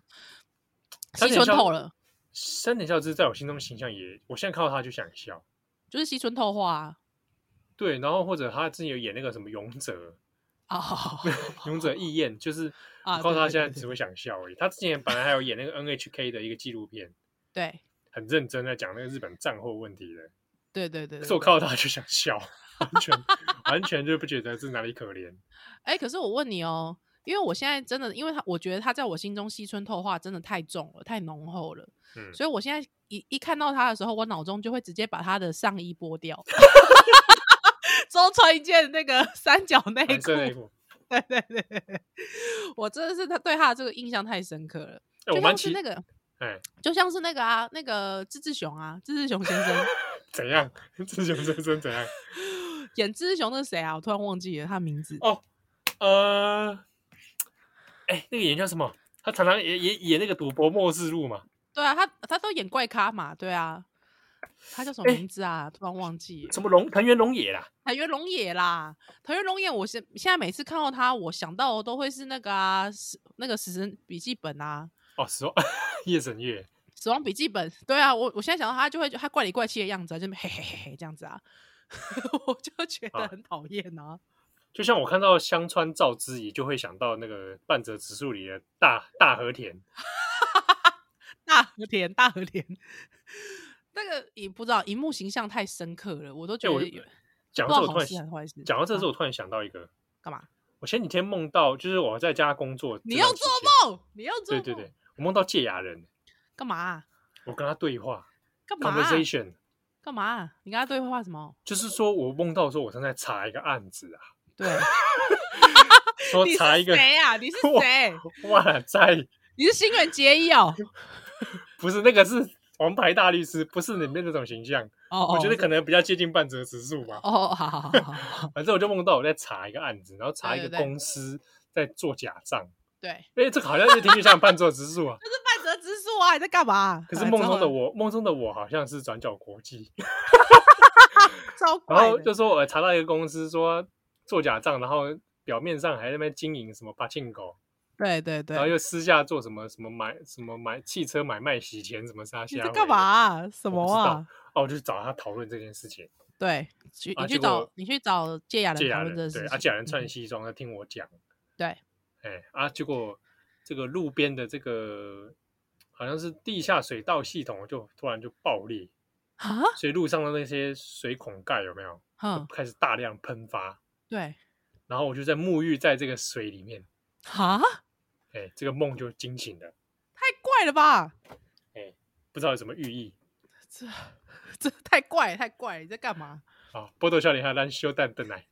Speaker 1: 山
Speaker 2: 西
Speaker 1: 田
Speaker 2: 村
Speaker 1: 孝
Speaker 2: 透了，
Speaker 1: 三田孝之在我心中形象也，我现在看到他就想笑。
Speaker 2: 就是西村透化啊。
Speaker 1: 对，然后或者他之前有演那个什么勇者，
Speaker 2: 哦，
Speaker 1: 勇者义彦，就是
Speaker 2: 啊
Speaker 1: 我告诉
Speaker 2: 对
Speaker 1: 他
Speaker 2: 对
Speaker 1: 现在
Speaker 2: 对对
Speaker 1: 只会想笑而已。他之前本来还有演那个 NHK 的一个纪录片，
Speaker 2: 对
Speaker 1: 很认真在讲那个日本战后问题的，
Speaker 2: 对对对
Speaker 1: 可
Speaker 2: 对
Speaker 1: 是我看到他就想笑，完全完全就不觉得是哪里可怜。
Speaker 2: 哎、可是我问你哦，因为我现在真的，因为他，我觉得他在我心中西村透化真的太重了，太浓厚了，
Speaker 1: 嗯，
Speaker 2: 所以我现在 一一看到他的时候，我脑中就会直接把他的上衣剥掉，周穿一件那个三角内
Speaker 1: 蓝
Speaker 2: 裤
Speaker 1: 色，内裤。
Speaker 2: 对对对对，对我真的是他对他的这个印象太深刻了，
Speaker 1: 哎，我
Speaker 2: 就
Speaker 1: 蛮
Speaker 2: 像是
Speaker 1: 奇
Speaker 2: 那，个，
Speaker 1: 哎，
Speaker 2: 就像是那个啊，那个志志雄啊，志志雄先生
Speaker 1: 怎样？志雄先生怎样？
Speaker 2: 演志志雄那是谁啊？我突然忘记了他名字。
Speaker 1: 哦，呃，哎，那个演叫什么？他常常也也演那个赌博末世录嘛。
Speaker 2: 对啊，他他都演怪咖嘛，对啊，他叫什么
Speaker 1: 哎
Speaker 2: 名字啊？突然忘记了，
Speaker 1: 什么龙藤原龙也啦，
Speaker 2: 藤原龙也啦，藤原龙也，我现现在每次看到他，我想到的都会是那个啊，死那个《死神笔记本》啊，
Speaker 1: 哦，死亡夜神月，
Speaker 2: 《死亡笔记本》对啊，我我现在想到他就会他怪里怪气的样子、啊，就嘿嘿嘿嘿这样子啊， 我就觉得
Speaker 1: 啊
Speaker 2: 很讨厌啊。
Speaker 1: 就像我看到香川照之，也就会想到那个半泽直树里的大大和田，
Speaker 2: 大和田，大和田，那个也不知道，荧幕形象太深刻了，我都觉
Speaker 1: 哎我
Speaker 2: 得有
Speaker 1: 讲
Speaker 2: 不
Speaker 1: 到
Speaker 2: 知
Speaker 1: 这，我
Speaker 2: 道好
Speaker 1: 突
Speaker 2: 事还是
Speaker 1: 然
Speaker 2: 坏事。
Speaker 1: 讲到这
Speaker 2: 啊
Speaker 1: 时，我突然想到一个，
Speaker 2: 干嘛？
Speaker 1: 我前几天梦到，就是我在家工作，
Speaker 2: 你要做？梦，哦你要做
Speaker 1: 对
Speaker 2: 梦，
Speaker 1: 对对，我梦到芥雅人，
Speaker 2: 干嘛啊、
Speaker 1: 我跟他对话
Speaker 2: 干嘛啊、
Speaker 1: ，conversation，
Speaker 2: 干嘛啊、你跟他对话什么？
Speaker 1: 就是说我梦到说我正在查一个案子啊，
Speaker 2: 对，
Speaker 1: 说
Speaker 2: 你
Speaker 1: 查一
Speaker 2: 是
Speaker 1: 个，
Speaker 2: 谁啊？你是
Speaker 1: 我
Speaker 2: 谁？
Speaker 1: 哇塞，
Speaker 2: 你是新垣结衣 哦？
Speaker 1: 不是那个是王牌大律师，不是里面那种形象，
Speaker 2: 哦，
Speaker 1: 我觉得
Speaker 2: 能
Speaker 1: 可能比较接近半泽直树吧。
Speaker 2: 哦，好好好 好好，
Speaker 1: 反正我就梦到我在查一个案子，然后查一个
Speaker 2: 对对对
Speaker 1: 公司在做假账。
Speaker 2: 对，
Speaker 1: 哎、这个好像是听起来像半泽直树 啊，
Speaker 2: 这是半泽直树啊！你在干嘛？
Speaker 1: 可是
Speaker 2: 哎
Speaker 1: 梦
Speaker 2: 之后
Speaker 1: 中的我，梦中的我好像是转角国际，
Speaker 2: 超怪
Speaker 1: 然
Speaker 2: 的，
Speaker 1: 后就说我查到一个公司说做假账，然后表面上还在那边经营什么八庆狗，
Speaker 2: 对对
Speaker 1: 然后
Speaker 2: 对，
Speaker 1: 又私下做什么什么买什么买汽车买卖洗钱什么啥
Speaker 2: 你
Speaker 1: 瞎。
Speaker 2: 在干嘛？啊、什么
Speaker 1: 我不
Speaker 2: 啊
Speaker 1: 知？哦，我就找他讨论这件事情。
Speaker 2: 对，去
Speaker 1: 啊
Speaker 2: 你
Speaker 1: 结
Speaker 2: 去
Speaker 1: 果
Speaker 2: 找你去找芥雅
Speaker 1: 芥
Speaker 2: 人讨
Speaker 1: 雅
Speaker 2: 论这
Speaker 1: 人
Speaker 2: 个事
Speaker 1: 对，
Speaker 2: 情。
Speaker 1: 啊，芥雅人穿
Speaker 2: 嗯
Speaker 1: 西装在听我讲。
Speaker 2: 对
Speaker 1: 哎啊，结果这个路边的这个好像是地下水道系统就突然就爆裂，
Speaker 2: 啊，
Speaker 1: 所以路上的那些水孔盖有没有
Speaker 2: 嗯，
Speaker 1: 开始大量喷发？
Speaker 2: 对，
Speaker 1: 然后我就在沐浴在这个水里面，
Speaker 2: 啊，
Speaker 1: 哎，这个梦就惊醒了，
Speaker 2: 太怪了吧？
Speaker 1: 哎，不知道有什么寓意
Speaker 2: 这这太怪了太怪了，你在干嘛？
Speaker 1: 啊。波多笑脸还咱修蛋蛋奶，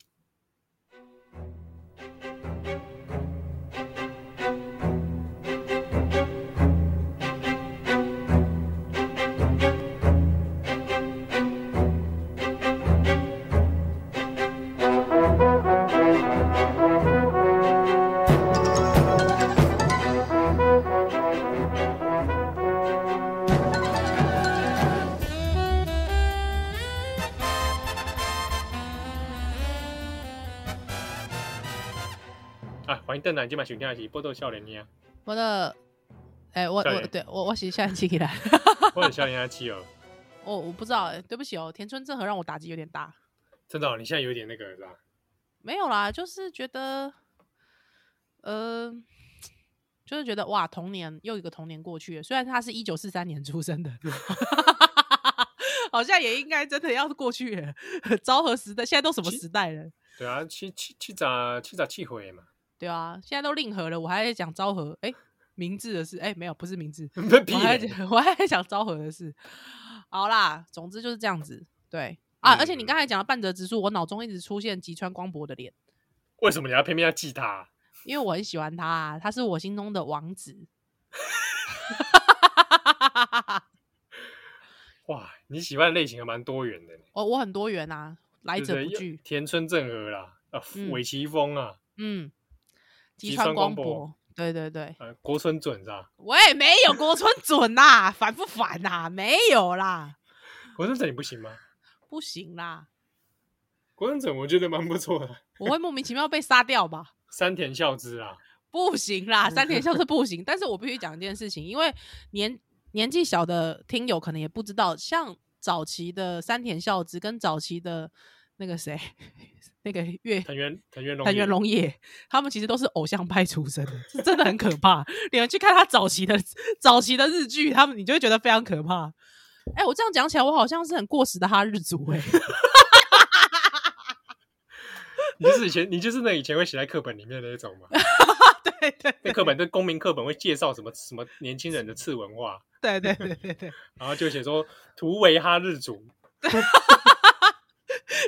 Speaker 1: 啊，欢迎蛋奶今晚收听的是波多笑脸你啊，
Speaker 2: 我的，哎、我
Speaker 1: 少
Speaker 2: 我
Speaker 1: 爷
Speaker 2: 对我我洗下起来。
Speaker 1: 波多笑脸阿七哦，
Speaker 2: 我我不知道、欸，对不起哦，田村正和让我打击有点大。
Speaker 1: 真的哦，你现在有点那个是吧？
Speaker 2: 没有啦，就是觉得，呃，就是觉得哇，童年又一个童年过去了。虽然他是一九四三年出生的， 好像也应该真的要过去了。昭和时代，现在都什么时代了？
Speaker 1: 对啊，七七七咋七咋七回嘛，
Speaker 2: 对啊，现在都令和了，我还在讲昭和，哎、明治的事，哎、没有，不是 明治，
Speaker 1: 屁
Speaker 2: 我还
Speaker 1: 嘞
Speaker 2: 在讲 我还在讲昭和的事。好啦，总之就是这样子，对啊，而且你
Speaker 1: 嗯
Speaker 2: 刚才讲的半泽直树，我脑中一直出现吉川光博的脸。
Speaker 1: 为什么你要偏偏要记他啊、
Speaker 2: 因为我很喜欢他、啊，他是我心中的王子。
Speaker 1: 哇，你喜欢的类型还蛮多元的呢，
Speaker 2: 我我很多元啊，来
Speaker 1: 对
Speaker 2: 者
Speaker 1: 对
Speaker 2: 不拒
Speaker 1: 又。田村正和啦，啊，
Speaker 2: 嗯
Speaker 1: 尾崎峰啊，
Speaker 2: 嗯，
Speaker 1: 吉
Speaker 2: 吉
Speaker 1: 川
Speaker 2: 川
Speaker 1: 光
Speaker 2: 光
Speaker 1: 博
Speaker 2: 博，对对对，
Speaker 1: 呃，国村准是吧？
Speaker 2: 我也没有国村准呐、烦不烦呐、没有啦，
Speaker 1: 国村准你不行吗？
Speaker 2: 不行啦，
Speaker 1: 国村准我觉得蛮不错的，
Speaker 2: 我会莫名其妙被杀掉吧。
Speaker 1: 山田孝之啊，
Speaker 2: 不行啦，三田笑是不行。但是我必须讲一件事情，因为年年纪小的听友可能也不知道，像早期的三田孝之跟早期的那个谁，那个月
Speaker 1: 藤原藤原龙
Speaker 2: 藤原
Speaker 1: 也
Speaker 2: 龙也，他们其实都是偶像派出身的，是真的很可怕。你们去看他早期的早期的日剧，他们你就会觉得非常可怕。哎、我这样讲起来，我好像是很过时的哈日族哎、
Speaker 1: 你就是以前你就是那以前会写在课本里面的那种 嘛，
Speaker 2: 对对
Speaker 1: 那课本对公民课本会介绍什么什么年轻人的次文化，
Speaker 2: 对对对对对，
Speaker 1: 然后就写说图为哈日族，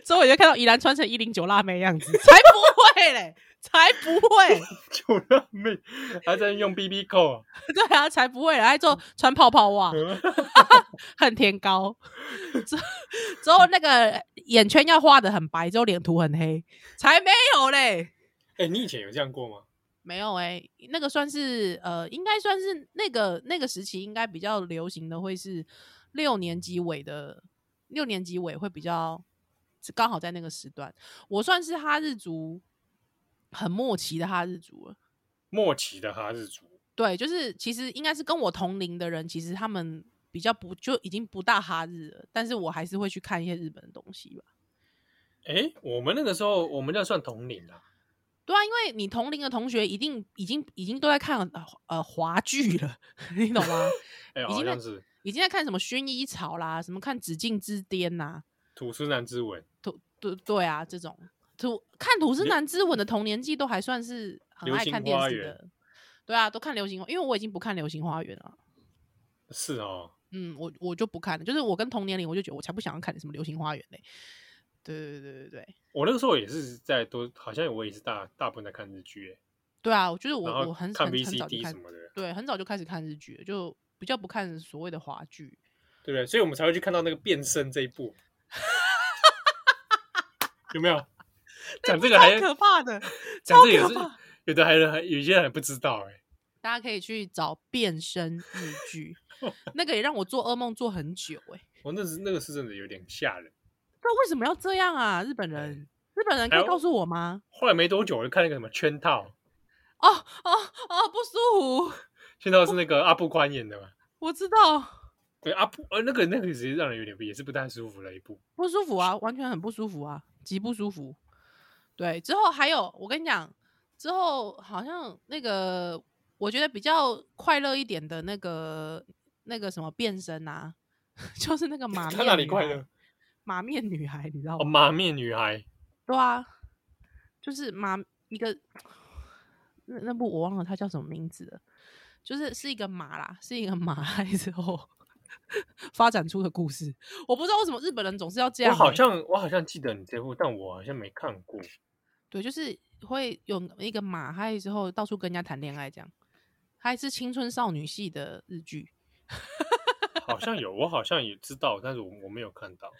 Speaker 2: 所以我就看到宜兰穿成一零九辣妹样子，才不会嘞，才不会，
Speaker 1: 九辣妹还在用 BB 扣、
Speaker 2: 对啊，才不会嘞，还做穿泡泡袜，
Speaker 1: 嗯
Speaker 2: 恨天高，之后之后那个眼圈要画的很白，之后脸涂很黑，才没有嘞，
Speaker 1: 哎、你以前有这样过吗？
Speaker 2: 没有哎、那个算是呃，应该算是那个那个时期应该比较流行的会是六年级尾的，六年级尾会比较刚好在那个时段，我算是哈日族很末期的哈日族了。
Speaker 1: 末期的哈日族，
Speaker 2: 对，就是其实应该是跟我同龄的人，其实他们比较不就已经不大哈日了，但是我还是会去看一些日本的东西吧。
Speaker 1: 哎、我们那个时候我们那算同龄啦、
Speaker 2: 对啊，因为你同龄的同学一定已经已经都在看呃呃华剧了， 你懂吗？
Speaker 1: 哎、
Speaker 2: 已
Speaker 1: 好
Speaker 2: 经在
Speaker 1: 像是
Speaker 2: 已经在看什么薰衣草啦，什么看紫禁之巅呐、
Speaker 1: 土司男之吻，
Speaker 2: 土对对啊这种土看土司
Speaker 1: 流
Speaker 2: 男之吻的同年纪都还算是很
Speaker 1: 流
Speaker 2: 爱
Speaker 1: 星
Speaker 2: 看电
Speaker 1: 花
Speaker 2: 视
Speaker 1: 园
Speaker 2: 的，对啊，都看流行，因为我已经不看流行花园了。
Speaker 1: 是哦，
Speaker 2: 嗯，我我就不看了，就是我跟同年龄，我就觉得我才不想要看什么《流星花园》嘞。对对对对对，
Speaker 1: 我那个时候也是在多，好像我也是大大部分在看日剧、哎
Speaker 2: 对啊，我就是
Speaker 1: 然
Speaker 2: 我
Speaker 1: 后
Speaker 2: 我很
Speaker 1: 看
Speaker 2: 很很早就
Speaker 1: VCD
Speaker 2: 开
Speaker 1: 什
Speaker 2: 始，
Speaker 1: 么的，
Speaker 2: 对，很早就开始看日剧了，就比较不看所谓的华剧。
Speaker 1: 对不对？所以我们才会去看到那个变身这一部， 有没有？讲哎这个还
Speaker 2: 超可 怕的，
Speaker 1: 讲
Speaker 2: 超
Speaker 1: 这个也
Speaker 2: 可
Speaker 1: 是
Speaker 2: 怕
Speaker 1: 有的还人还有些人还不知道哎、
Speaker 2: 大家可以去找变身日 剧，那个也让我做噩梦做很久哎、
Speaker 1: 我那是那个是真的有点吓人。
Speaker 2: 那为什么要这样啊？日
Speaker 1: 哎
Speaker 2: 本人，日本人可
Speaker 1: 还
Speaker 2: 以
Speaker 1: 有
Speaker 2: 告诉我吗？
Speaker 1: 后来没多久，我就看那个什么圈套，
Speaker 2: 哦哦哦，不舒服，
Speaker 1: 圈套是那个阿布宽演的嘛？
Speaker 2: 我知道
Speaker 1: 对，阿布呃那个那个其实让人有点也是不太舒服的一部。
Speaker 2: 不舒服啊，完全很不舒服啊，极不舒服。对，之后还有，我跟你讲，之后好像那个我觉得比较快乐一点的那个那个什么变身啊， 就是那个马面
Speaker 1: 他哪里
Speaker 2: 女
Speaker 1: 快
Speaker 2: 孩
Speaker 1: 乐？
Speaker 2: 马面女孩，你知道
Speaker 1: 哦，
Speaker 2: 吗？
Speaker 1: 马面女孩，
Speaker 2: 对啊，就是马一个那那部我忘了它叫什么名字了，就是是一个马啦，是一个马来之后 发展出的故事。我不知道为什么日本人总是要这
Speaker 1: 我
Speaker 2: 样欸、
Speaker 1: 好像我好像记得你这部，但我好像没看过。
Speaker 2: 对，就是会有一个马嗨之后到处跟人家谈恋爱这样，还是青春少女系的日剧。
Speaker 1: 好像有，我好像也知道，但是我我没有看到。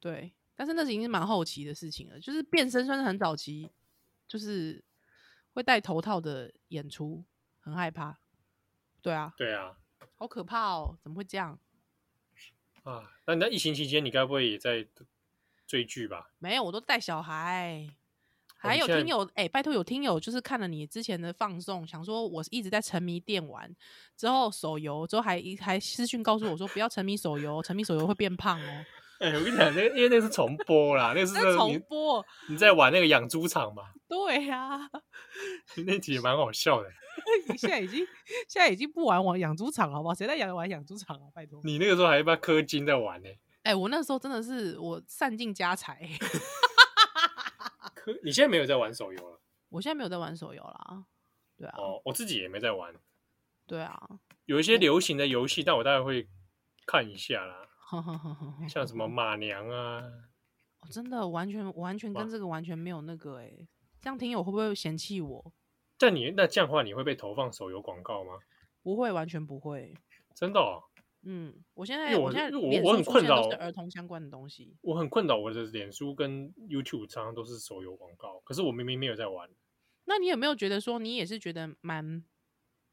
Speaker 2: 对，但是那是已经是蛮后期的事情了，就是变身算是很早期，就是会戴头套的演出，很害怕。对啊，
Speaker 1: 对啊，
Speaker 2: 好可怕哦！怎么会这样？
Speaker 1: 啊，那你在疫情期间，你该不会也在追剧吧？
Speaker 2: 没有，我都带小孩。
Speaker 1: 我
Speaker 2: 还
Speaker 1: 们
Speaker 2: 有
Speaker 1: 现在
Speaker 2: 听友，哎、拜托有听友就是看了你之前的放送，想说我一直在沉迷电玩，之后手游，之后还还私讯告诉我说不要沉迷手游，沉迷手游会变胖哦。
Speaker 1: 哎、我跟你讲，那个因为那个是重播啦，那个是
Speaker 2: 那重
Speaker 1: 你
Speaker 2: 播，
Speaker 1: 你在玩那个养猪场嘛，
Speaker 2: 对呀、
Speaker 1: 那集也蛮好笑的。
Speaker 2: 你现在已经现在已经不玩玩养猪场了好不好？谁在养玩养猪场啊？拜托。
Speaker 1: 你那个时候还把氪金在玩呢、
Speaker 2: 哎、我那时候真的是我散尽家财、 啊
Speaker 1: 氪你现在没有在玩手游了
Speaker 2: 我现在没有在玩手游啦。对啊，
Speaker 1: 哦，我自己也没在玩，
Speaker 2: 对啊，
Speaker 1: 有一些流行的游戏，但我大概会看一下啦，像
Speaker 2: 嗯
Speaker 1: 什么马娘啊，
Speaker 2: 哦真的完全完全跟
Speaker 1: 哇
Speaker 2: 这个完全没有那个哎、这样听友会不会嫌弃我？
Speaker 1: 但你那这样的话，你会被投放手游广告吗？
Speaker 2: 不会，完全不会。
Speaker 1: 真的、哦，
Speaker 2: 嗯，我现
Speaker 1: 因
Speaker 2: 在
Speaker 1: 为我
Speaker 2: 现在
Speaker 1: 因为我
Speaker 2: 脸
Speaker 1: 我
Speaker 2: 书
Speaker 1: 很
Speaker 2: 出
Speaker 1: 困
Speaker 2: 现的
Speaker 1: 扰
Speaker 2: 都是儿童相关的东西。
Speaker 1: 我很困扰，我的脸书跟 YouTube 常常都是手游广告，可是我明明没有在玩。
Speaker 2: 那你有没有觉得说你也是觉得蛮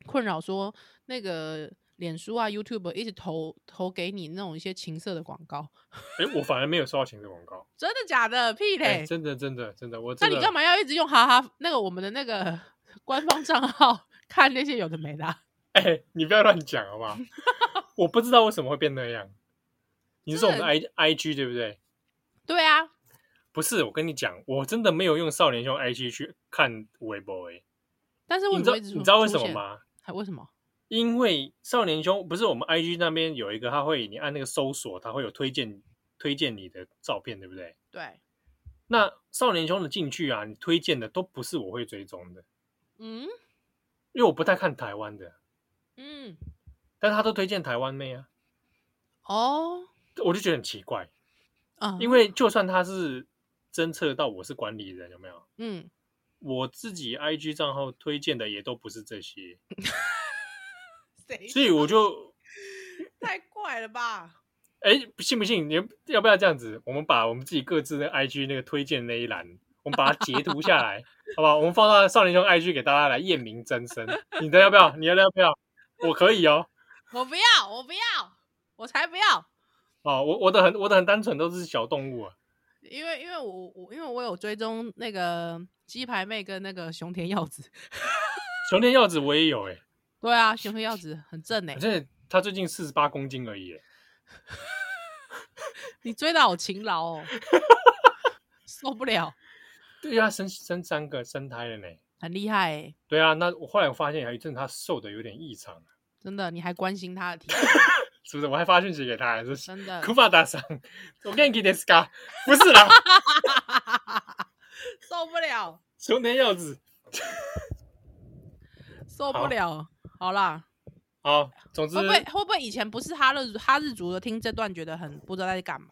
Speaker 2: 困扰？说那个脸书啊、YouTube 一直投投给你那种一些情色的广告，
Speaker 1: 哎、我反而没有收到钱的广告。
Speaker 2: 真的假的？屁
Speaker 1: 哎、
Speaker 2: 嘞！
Speaker 1: 真的真的真的，我
Speaker 2: 那
Speaker 1: 真的
Speaker 2: 你干嘛要一直用哈哈那个我们的那个 官方账号看那些有的没的啊、
Speaker 1: 哎、你不要乱讲好不好？我不知道为什么会变那样。你是说我们的 I I G 对不对？
Speaker 2: 对啊，
Speaker 1: 不是，我跟你讲，我真的没有用少年兄 I G 去看微博哎。
Speaker 2: 但是为
Speaker 1: 你
Speaker 2: 什
Speaker 1: 知
Speaker 2: 么
Speaker 1: 道
Speaker 2: 一直
Speaker 1: 你知道为
Speaker 2: 出
Speaker 1: 什么？
Speaker 2: 出现
Speaker 1: 吗？
Speaker 2: 还为什么？
Speaker 1: 因为少年兄不是我们 I G 那边有一个，他会你按那个搜索，他会有推荐推荐你的照片，对不对？
Speaker 2: 对，
Speaker 1: 那少年兄的进去啊，你推荐的都不是我会追踪的，
Speaker 2: 嗯
Speaker 1: 因为我不太看台湾的，
Speaker 2: 嗯，
Speaker 1: 但他都推荐台湾妹啊，
Speaker 2: 哦，
Speaker 1: 我就觉得很奇怪。
Speaker 2: 嗯，
Speaker 1: 因为就算他是侦测到我是管理人，有没有？
Speaker 2: 嗯，
Speaker 1: 我自己 IG 账号推荐的也都不是这些，
Speaker 2: 谁
Speaker 1: 所以我就
Speaker 2: 太怪了吧？
Speaker 1: 哎，信不信？你要不要这样子？我们把我们自己各自的 IG 那个推荐那一栏，我们把它截图下来， 好不好？我们放到少年兄 IG 给大家来验明真身。你的要不要？你的要不要？我可以哦。
Speaker 2: 我不要，我不要，我才不要！
Speaker 1: 哦，我我的很我的很单纯，都是小动物啊。
Speaker 2: 因为因为我我因为我有追踪那个鸡排妹跟那个熊田耀子，
Speaker 1: 熊天耀子我也有哎、
Speaker 2: 对啊，熊田耀子很正哎、
Speaker 1: 反正他最近四十八公斤而已、欸。
Speaker 2: 你追的好勤劳哦， 受不了，
Speaker 1: 对呀、生生三个生胎了呢。
Speaker 2: 很厉害哎、
Speaker 1: 对啊，那我后来我发现有一阵他瘦的有点异常，啊
Speaker 2: 真的，你还关心他的体重，
Speaker 1: 是不是？我还发讯息给他，说
Speaker 2: 真的，
Speaker 1: 库巴达桑，我给你给点 scar，不是 啦，
Speaker 2: 受不了，
Speaker 1: 熊田耀子。
Speaker 2: 受不
Speaker 1: 好
Speaker 2: 了。好啦，
Speaker 1: 好，总之
Speaker 2: 哦会不会会不会以前不是哈日族哈日族的听这段觉得很不知道在干嘛？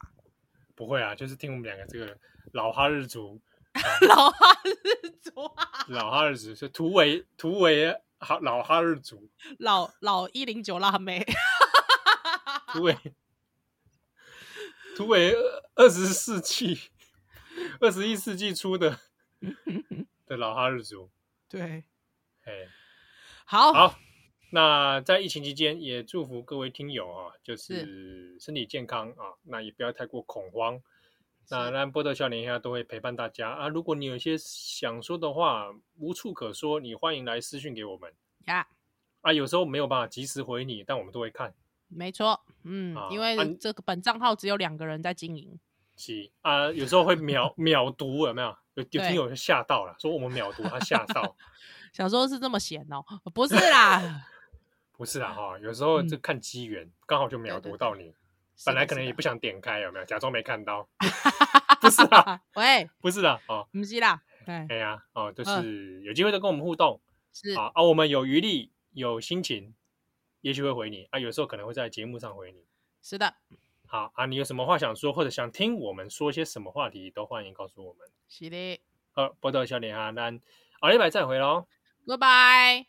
Speaker 1: 不会啊，就是听我们两个这个老哈日族，
Speaker 2: 老哈日族啊，
Speaker 1: 老哈日族是图为图为哈老哈日族，
Speaker 2: 老老一零九辣 妹，啊
Speaker 1: 图为图为二十世纪二十一世纪初的的老哈日族，
Speaker 2: 对，
Speaker 1: 哎，
Speaker 2: 好，
Speaker 1: 好，那在疫情期间也祝福各位听友啊，就是身体健康啊，那也不要太过恐慌。那
Speaker 2: 是
Speaker 1: 让波特笑脸下都会陪伴大家啊。如果你有一些想说的话，无处可说，你欢迎来私讯给我们
Speaker 2: 呀
Speaker 1: 啊。有时候没有办法及时回你，但我们都会看。
Speaker 2: 没错，嗯，
Speaker 1: 啊
Speaker 2: 因
Speaker 1: 啊
Speaker 2: 为
Speaker 1: 你
Speaker 2: 这个本账号只有两个人在经营，
Speaker 1: 是啊，有时候会秒 秒读，有没有？有有
Speaker 2: 对
Speaker 1: 听友就吓到了，说我们秒读，他吓到。
Speaker 2: 想说是这么闲哦，不是啦，
Speaker 1: 不是啊，哈，有时候
Speaker 2: 嗯
Speaker 1: 就看机缘，刚好就秒
Speaker 2: 对
Speaker 1: 读
Speaker 2: 对
Speaker 1: 到你。
Speaker 2: 是
Speaker 1: 本
Speaker 2: 的
Speaker 1: 来可能
Speaker 2: 是
Speaker 1: 也
Speaker 2: 的
Speaker 1: 不想点开，有没有？假装没看到。 不是啊，
Speaker 2: 喂，
Speaker 1: 不是啦，哦，
Speaker 2: 不是啦，哎，
Speaker 1: 哎呀，哦，就
Speaker 2: 嗯
Speaker 1: 是有机会再跟我们互动
Speaker 2: 是
Speaker 1: 啊啊，我们有余力有心情，也许会回你啊，有时候可能会在节目上回你。
Speaker 2: 是的，
Speaker 1: 好啊，你有什么话想说，或者想听我们说些什么话题，都欢迎告诉我们。
Speaker 2: 是的
Speaker 1: 呃，波多笑脸啊，那好，礼拜再回喽。
Speaker 2: ，Goodbye。